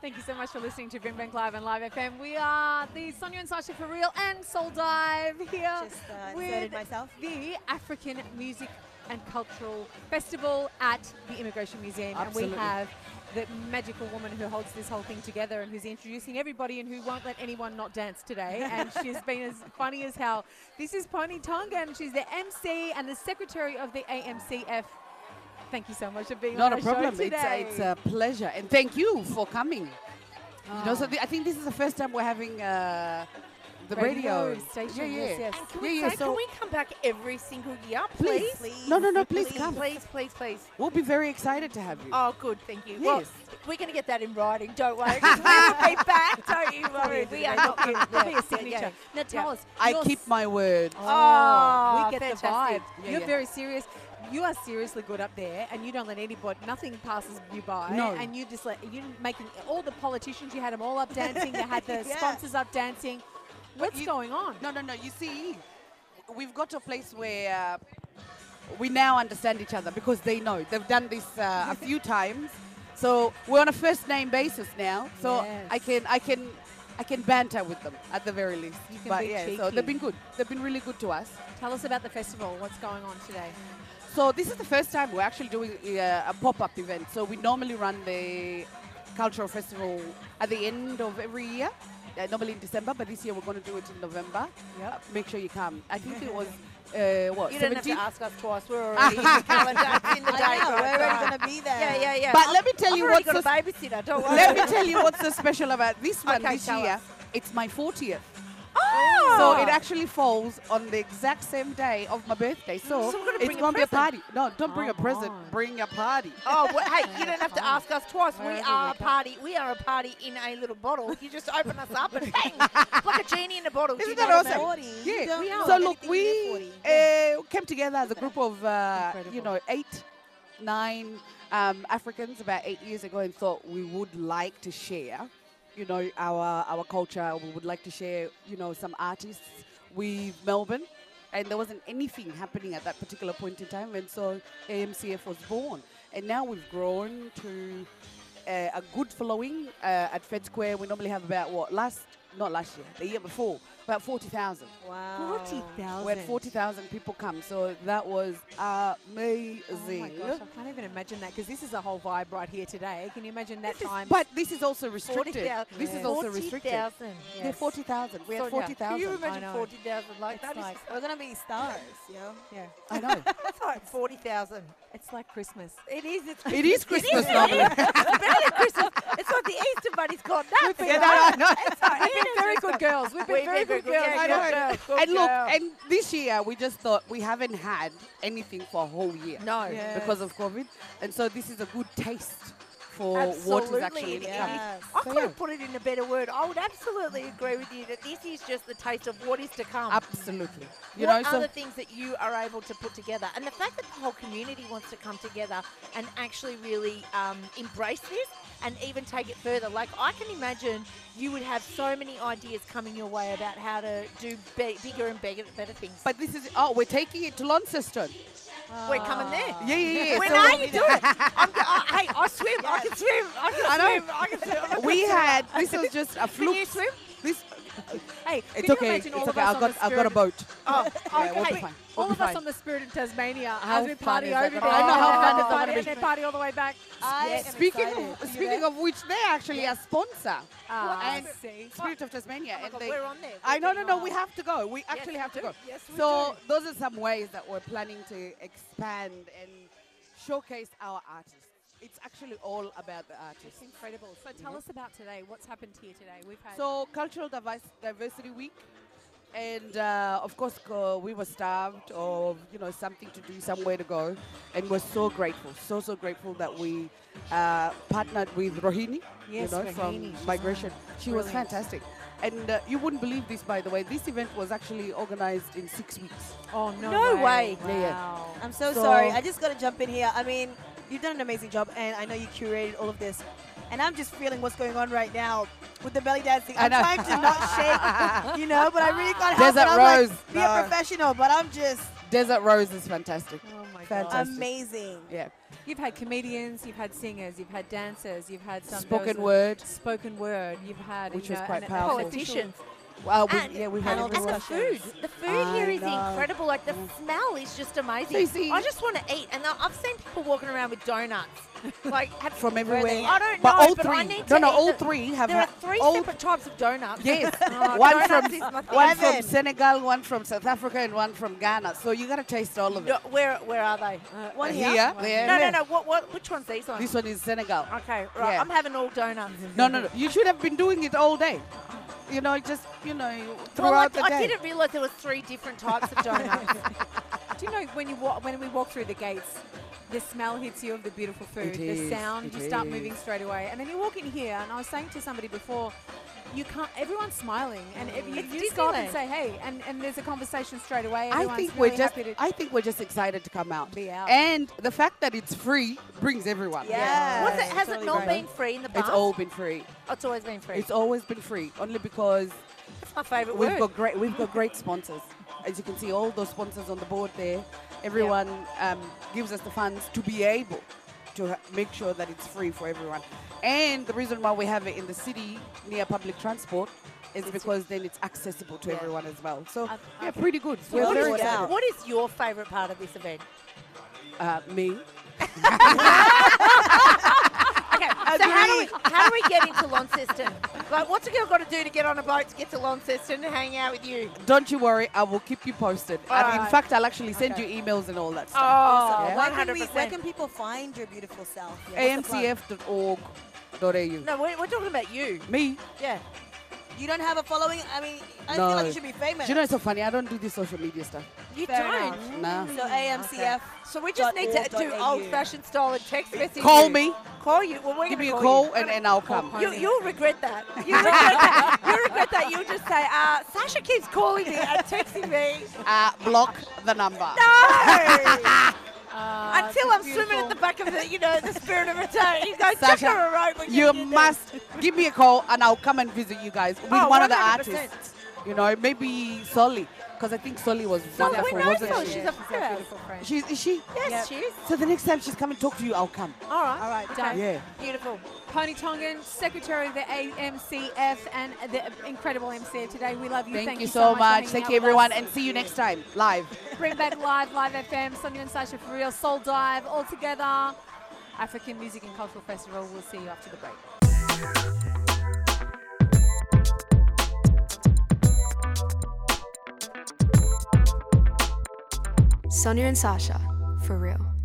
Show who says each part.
Speaker 1: Thank you so much for listening to Bring Bank Live and Live FM. We are the Sonia and Sasha for real and Soul Dive here
Speaker 2: Just uh,
Speaker 1: with
Speaker 2: inserted myself.
Speaker 1: the African Music and Cultural Festival at the Immigration Museum. And
Speaker 3: Absolutely.
Speaker 1: we have the magical woman who holds this whole thing together and who's introducing everybody and who won't let anyone not dance today. and she's been as funny as hell. This is Pony Tonga and she's the MC and the secretary of the AMCF. Thank you so much for being
Speaker 3: Not a
Speaker 1: on our
Speaker 3: problem.
Speaker 1: show
Speaker 3: It's a,
Speaker 1: today.
Speaker 3: it's a pleasure. And thank you for coming. You
Speaker 1: Ah.
Speaker 3: know, so the, I think this is the first time we're having uh, the radio.
Speaker 1: Radio station,
Speaker 3: Yeah, yeah.
Speaker 1: yes, yes.
Speaker 4: And can we,
Speaker 3: Yeah, yeah,
Speaker 4: say,
Speaker 3: so-
Speaker 4: can we come back every single year,
Speaker 3: Please.
Speaker 4: please?
Speaker 3: No, no, no, please, come.
Speaker 4: Please, please, please.
Speaker 3: We'll be very excited to have you.
Speaker 4: Oh, good, thank you.
Speaker 3: Yes.
Speaker 4: Well, we're going to get that in writing, don't worry. 'cause we will be back, don't you worry. We are not going
Speaker 1: That'll be a
Speaker 4: yeah,
Speaker 1: signature.
Speaker 4: yeah.
Speaker 1: Now tell
Speaker 4: Yeah.
Speaker 1: us.
Speaker 3: I
Speaker 1: your
Speaker 3: keep my word.
Speaker 1: Oh,
Speaker 4: Oh,
Speaker 1: we get
Speaker 4: fantastic.
Speaker 1: the vibe.
Speaker 3: Yeah,
Speaker 1: You're
Speaker 3: yeah.
Speaker 1: very serious. You are seriously good up there, and you don't let anybody. Nothing passes you by,
Speaker 3: No.
Speaker 1: and you just let you making all the politicians. You had them all up dancing. you had the
Speaker 2: Yeah.
Speaker 1: sponsors up dancing. What's
Speaker 3: you-
Speaker 1: going on?
Speaker 3: No, no, no. You see, we've got to a place where uh, we now understand each other because they know. They've done this uh, a few times, so we're on a first name basis now. So I
Speaker 1: Yes.
Speaker 3: can, I can, I can banter with them at the very least.
Speaker 1: You can
Speaker 3: but
Speaker 1: be
Speaker 3: yeah, so they've
Speaker 1: cheeky.
Speaker 3: been good. They've been really good to us.
Speaker 1: Tell us about the festival. What's going on today?
Speaker 3: So this is the first time we're actually doing uh, a pop-up event. So we normally run the cultural festival at the end of every year, uh, normally in December, but this year we're going to do it in November.
Speaker 1: Yep.
Speaker 3: Make sure you come. I think it was uh, what
Speaker 4: You don't have to
Speaker 3: 17?
Speaker 4: ask us twice. We're already in the calendar. It's in the day.
Speaker 2: I know,
Speaker 4: guys.
Speaker 2: we're already going to be there.
Speaker 4: Yeah, yeah, yeah.
Speaker 3: But
Speaker 4: I've-
Speaker 3: let me tell
Speaker 4: I've
Speaker 3: you
Speaker 4: already
Speaker 3: what's
Speaker 4: got a babysitter. Don't worry.
Speaker 3: Let me tell you what's so special about this one
Speaker 4: Okay,
Speaker 3: this
Speaker 4: tell
Speaker 3: year.
Speaker 4: us.
Speaker 3: It's my 40th.
Speaker 4: Oh.
Speaker 3: So it actually falls on the exact same day of my birthday. So,
Speaker 4: So we're gonna
Speaker 3: it's
Speaker 4: bring a
Speaker 3: going to be a party.
Speaker 4: present. Ah.
Speaker 3: No, don't bring a
Speaker 1: Come
Speaker 3: present.
Speaker 1: on.
Speaker 3: Bring a party.
Speaker 4: Oh, well, hey, you don't have to ask us twice. we
Speaker 1: Wherever
Speaker 4: are a
Speaker 1: we go.
Speaker 4: party. We are a party in a little bottle. You just open us up and bang, It's like a genie in a bottle. Do
Speaker 3: Isn't
Speaker 4: you know
Speaker 3: that
Speaker 4: what I
Speaker 3: awesome?
Speaker 4: mean?
Speaker 2: 40. You
Speaker 3: Yeah.
Speaker 2: don't know
Speaker 3: So look,
Speaker 2: anything
Speaker 3: we
Speaker 2: in their 40.
Speaker 3: uh, came together as a group of, uh, you
Speaker 1: Incredible.
Speaker 3: know, eight, nine um, Africans about eight years ago, and thought we would like to share, you know, our our culture. We would like to share, you know, some artists with Melbourne, and there wasn't anything happening at that particular point in time, and so AMCF was born, and now we've grown to. Uh, a good following uh, at Fed Square. We normally have about what last, not last year, the year before, about forty thousand.
Speaker 2: Wow.
Speaker 3: We had 40,000 people come, so that was
Speaker 1: Oh my
Speaker 3: amazing.
Speaker 1: gosh, I can't even imagine that because this is a whole vibe right here today. Can you imagine that time?
Speaker 3: but this is also restricted.
Speaker 4: 40,000.
Speaker 3: This is also restricted.
Speaker 4: 40,000.
Speaker 3: Yeah, 40,000. We had
Speaker 4: Sonia, Can you
Speaker 1: I
Speaker 3: 40,000.
Speaker 1: know.
Speaker 4: imagine 40,000 like
Speaker 2: It's
Speaker 4: that?
Speaker 2: like, we're going to be stars, yo.
Speaker 1: yeah,
Speaker 3: I know.
Speaker 4: It's like 40,000.
Speaker 1: it's like Christmas.
Speaker 4: It is. It's
Speaker 3: It is Christmas normally.
Speaker 4: It's better Christmas. It's like the Easter Bunny's gone nuts.
Speaker 3: Yeah, I know.
Speaker 1: We've been very good girls. We've been
Speaker 4: We've
Speaker 1: very
Speaker 4: been
Speaker 1: good
Speaker 4: good girls.
Speaker 1: girls.
Speaker 4: Yeah,
Speaker 3: I
Speaker 4: good
Speaker 3: know.
Speaker 4: girl, good
Speaker 3: And look,
Speaker 4: girl.
Speaker 3: and this year we just thought we haven't had anything for a whole year
Speaker 4: No.
Speaker 2: Yeah.
Speaker 3: because of COVID, and so this is a good taste for what
Speaker 4: Absolutely,
Speaker 3: is actually
Speaker 4: it
Speaker 3: to
Speaker 4: is.
Speaker 3: come.
Speaker 2: Yes.
Speaker 1: Oh,
Speaker 4: I
Speaker 3: So,
Speaker 4: couldn't
Speaker 3: yeah.
Speaker 4: put it in a better word. I would absolutely agree with you that this is just the taste of what is to come.
Speaker 3: Absolutely. You
Speaker 4: what
Speaker 3: know,
Speaker 4: are
Speaker 3: so
Speaker 4: the things that you are able to put together? And the fact that the whole community wants to come together and actually really um, embrace this and even take it further. Like, I can imagine you would have so many ideas coming your way about how to do be- bigger and bigger, better things.
Speaker 3: but this is oh, we're taking it to Launceston.
Speaker 4: we're coming there.
Speaker 3: Yeah, yeah, yeah.
Speaker 4: When
Speaker 3: So-
Speaker 4: are you doing it? I'm, go- I, hey, I swim. I can swim. I can
Speaker 3: I know.
Speaker 4: swim. I can swim. I can
Speaker 3: we
Speaker 4: swim.
Speaker 3: had this was just a
Speaker 4: Can
Speaker 3: fluke.
Speaker 4: you swim?
Speaker 3: This
Speaker 1: Hey,
Speaker 3: it's
Speaker 1: can you
Speaker 3: okay.
Speaker 1: imagine
Speaker 3: It's
Speaker 1: all of
Speaker 3: okay.
Speaker 1: us
Speaker 3: I've
Speaker 1: on
Speaker 3: got
Speaker 1: the
Speaker 3: I've got a
Speaker 1: Spirit-
Speaker 3: boat.
Speaker 4: Oh,
Speaker 3: Yeah, we'll
Speaker 4: okay.
Speaker 3: be fine. We'll
Speaker 1: All
Speaker 3: be
Speaker 1: of us
Speaker 3: fine.
Speaker 1: on the Spirit of Tasmania
Speaker 3: How
Speaker 1: as we
Speaker 3: fun
Speaker 1: party
Speaker 3: is that
Speaker 1: over there.
Speaker 3: gonna be? I know how
Speaker 1: and
Speaker 3: fun
Speaker 1: then
Speaker 3: is that gonna
Speaker 1: party
Speaker 3: be?
Speaker 1: and then party all the way back.
Speaker 2: I am
Speaker 3: Speaking
Speaker 2: excited.
Speaker 3: of,
Speaker 2: You
Speaker 3: speaking
Speaker 2: know?
Speaker 3: of which, they're actually a sponsor.
Speaker 1: Ah,
Speaker 3: and
Speaker 1: see.
Speaker 3: Spirit of Tasmania.
Speaker 4: Oh my
Speaker 3: and
Speaker 4: God,
Speaker 3: they,
Speaker 4: we're on there.
Speaker 3: I know,
Speaker 4: We're
Speaker 3: no, no.
Speaker 4: doing
Speaker 3: We
Speaker 4: well.
Speaker 3: have to go. We actually
Speaker 4: we
Speaker 3: have to
Speaker 4: do.
Speaker 3: go.
Speaker 4: Yes, we
Speaker 3: so
Speaker 4: do.
Speaker 3: those are some ways that we're planning to expand and showcase our artists. It's actually all about the artists.
Speaker 1: It's incredible. So tell us about today. What's happened here today? We've had
Speaker 3: So Cultural Divis- Diversity Week, and uh, of course co- we were starved of you know something to do, somewhere to go, and we're so grateful, so so grateful that we uh, partnered with Rohini,
Speaker 1: Yes,
Speaker 3: you know,
Speaker 1: Rohini, she's
Speaker 3: from Migration. She was
Speaker 1: brilliant.
Speaker 3: fantastic, and uh, you wouldn't believe this, by the way. This event was actually organized in six weeks.
Speaker 1: oh no,
Speaker 4: No way.
Speaker 1: Wow.
Speaker 3: Yeah, yeah.
Speaker 2: I'm so,
Speaker 3: So-
Speaker 2: sorry. I just got to jump in here. I mean, you've done an amazing job, and I know you curated all of this. And I'm just feeling what's going on right now with the belly dancing.
Speaker 3: I
Speaker 2: I'm
Speaker 3: know.
Speaker 2: trying to not shake, you know, but I really can't help
Speaker 3: Desert
Speaker 2: it. I'm
Speaker 3: Rose.
Speaker 2: like, be a
Speaker 3: No.
Speaker 2: professional, but I'm just
Speaker 3: Desert Rose is fantastic.
Speaker 1: Oh my
Speaker 3: Fantastic.
Speaker 1: god.
Speaker 2: Amazing.
Speaker 3: Yeah.
Speaker 1: You've had comedians, you've had singers, you've had dancers, you've had some there
Speaker 3: Spoken
Speaker 1: was a
Speaker 3: word.
Speaker 1: spoken word. You've had
Speaker 3: Which
Speaker 1: you
Speaker 3: was
Speaker 1: know,
Speaker 3: quite
Speaker 1: an
Speaker 3: powerful.
Speaker 1: official-
Speaker 4: Politicians.
Speaker 3: Well, we,
Speaker 4: And-
Speaker 3: yeah, we had
Speaker 4: and, and
Speaker 3: everyone.
Speaker 4: the food. The food
Speaker 3: I
Speaker 4: here is
Speaker 3: know.
Speaker 4: incredible. Like the smell is just amazing.
Speaker 3: Susie.
Speaker 4: I just want to eat. And I- I've seen people walking around with donuts. Like have,
Speaker 3: From everywhere.
Speaker 4: I don't
Speaker 3: but
Speaker 4: know,
Speaker 3: all
Speaker 4: but
Speaker 3: three.
Speaker 4: I need
Speaker 3: no,
Speaker 4: to
Speaker 3: no,
Speaker 4: eat
Speaker 3: all
Speaker 4: the-
Speaker 3: three have
Speaker 4: There are
Speaker 3: had-
Speaker 4: three
Speaker 3: all
Speaker 4: separate types of donuts.
Speaker 3: Yes,
Speaker 4: Oh,
Speaker 3: one
Speaker 4: donuts
Speaker 3: from
Speaker 4: is my thing.
Speaker 3: one from
Speaker 2: Heaven.
Speaker 3: Senegal, one from South Africa, and one from Ghana. So you gotta taste all of it.
Speaker 4: No, where where are they?
Speaker 2: One
Speaker 3: Uh, here,
Speaker 2: here.
Speaker 3: there,
Speaker 4: no, no,
Speaker 3: there.
Speaker 4: no. What what? Which one's these ones?
Speaker 3: This one is Senegal.
Speaker 4: Okay, right.
Speaker 3: Yeah.
Speaker 4: I'm having all donuts.
Speaker 3: No, no, no. You should have been doing it all day. You know, just you know,
Speaker 4: Well, I,
Speaker 3: throughout the day.
Speaker 4: I didn't realize there was three different types of donuts.
Speaker 1: Do you know when you wa- when we walk through the gates, the smell hits you of the beautiful food,
Speaker 3: It
Speaker 1: the
Speaker 3: is,
Speaker 1: sound,
Speaker 3: it
Speaker 1: you start
Speaker 3: is.
Speaker 1: moving straight away, and then you walk in here. And I was saying to somebody before, you can't. Everyone's smiling, and if you,
Speaker 4: It's
Speaker 1: you stop and
Speaker 4: Disneyland.
Speaker 1: say hey, and, and there's a conversation straight away.
Speaker 3: I
Speaker 1: Everyone's
Speaker 3: think
Speaker 1: really
Speaker 3: we're just.
Speaker 1: happy to
Speaker 3: I think we're just excited to come out.
Speaker 1: be out.
Speaker 3: And the fact that it's free brings everyone.
Speaker 2: Yeah.
Speaker 4: What's it, has
Speaker 2: Totally
Speaker 4: it not
Speaker 2: right.
Speaker 4: been free in the past?
Speaker 3: It's all been free.
Speaker 4: Oh, it's always been free.
Speaker 3: It's always been free, only because
Speaker 4: That's my favourite
Speaker 3: we've
Speaker 4: word.
Speaker 3: got great. We've got great sponsors. As you can see, all those sponsors on the board there. Everyone um, gives us the funds to be able to ha- make sure that it's free for everyone. And the reason why we have it in the city near public transport is because then it's accessible to
Speaker 4: Yeah. Uh,
Speaker 3: everyone as well. So
Speaker 1: I've-
Speaker 3: yeah,
Speaker 1: I've-
Speaker 3: pretty good.
Speaker 2: We're
Speaker 4: what,
Speaker 2: very
Speaker 4: is,
Speaker 2: excited.
Speaker 4: what is your favourite part of this event?
Speaker 3: Uh, me.
Speaker 4: Okay, so how do, we, how do we get into Launceston? Like, what's a girl got to do to get on a boat to get to Launceston and hang out with you?
Speaker 3: Don't you worry. I will keep you posted.
Speaker 4: All
Speaker 3: and in
Speaker 4: right.
Speaker 3: fact, I'll actually send
Speaker 1: Okay.
Speaker 3: you emails and all that
Speaker 4: Oh,
Speaker 3: stuff.
Speaker 2: Awesome. Where, can we,
Speaker 4: 100%.
Speaker 2: where can people find your beautiful self? Yeah, what's the plug?
Speaker 3: amcf.org.au.
Speaker 4: no, we're, we're talking about you.
Speaker 3: Me.
Speaker 4: Yeah.
Speaker 2: You don't have a following? I mean, I
Speaker 3: No.
Speaker 2: feel like you should be famous.
Speaker 3: Do you know it's so funny? I don't do this social media stuff.
Speaker 4: You
Speaker 2: Fair
Speaker 4: don't.
Speaker 2: enough.
Speaker 3: Nah.
Speaker 2: Mm. so AMCF.
Speaker 4: So we just need to do
Speaker 2: .org.au.
Speaker 4: old-fashioned style and text message.
Speaker 3: Call
Speaker 4: you.
Speaker 3: me.
Speaker 4: Call you. Well, we're
Speaker 3: Give
Speaker 4: gonna
Speaker 3: me a
Speaker 4: call
Speaker 3: call and, and I'll come.
Speaker 1: Call
Speaker 4: You,
Speaker 1: Funny.
Speaker 4: you'll regret that. You'll regret that. You'll regret that. You'll just say, uh, Sasha keeps calling me and texting me.
Speaker 3: Uh, block the number.
Speaker 4: No!
Speaker 1: Ah,
Speaker 4: Until
Speaker 1: it's
Speaker 4: I'm swimming
Speaker 1: beautiful.
Speaker 4: at the back of the, you know, the spirit of return. You go, chuck
Speaker 3: Sasha,
Speaker 4: her a rope. when
Speaker 3: You
Speaker 4: do this."
Speaker 3: must give me a call and I'll come and visit you guys with
Speaker 4: Oh,
Speaker 3: one of the
Speaker 4: 100%.
Speaker 3: artists. You know, maybe Solly. Because I think Solly was
Speaker 4: Solly, we
Speaker 3: wonderful,
Speaker 4: know
Speaker 3: wasn't
Speaker 4: Solly.
Speaker 3: she?
Speaker 4: She's
Speaker 1: Yeah,
Speaker 4: a fabulous.
Speaker 1: beautiful friend.
Speaker 3: She's, is she?
Speaker 4: Yes,
Speaker 2: Yep.
Speaker 4: she is.
Speaker 3: So the next time she's come and talk to you, I'll come.
Speaker 4: All right.
Speaker 2: All right,
Speaker 1: done.
Speaker 3: Yeah.
Speaker 4: Beautiful.
Speaker 1: Pony Tongan, Secretary of the AMCF and the incredible MC today. We love you.
Speaker 3: Thank,
Speaker 1: Thank,
Speaker 3: you so much.
Speaker 1: for hanging
Speaker 3: Thank
Speaker 1: out
Speaker 3: you,
Speaker 1: with
Speaker 3: everyone.
Speaker 1: us.
Speaker 3: And see you next time live.
Speaker 1: Bring back live, live FM, Sonia and Sasha for real, Soul Dive, all together. African Music and Cultural Festival. We'll see you after the break.
Speaker 5: Sonia and Sasha, for real.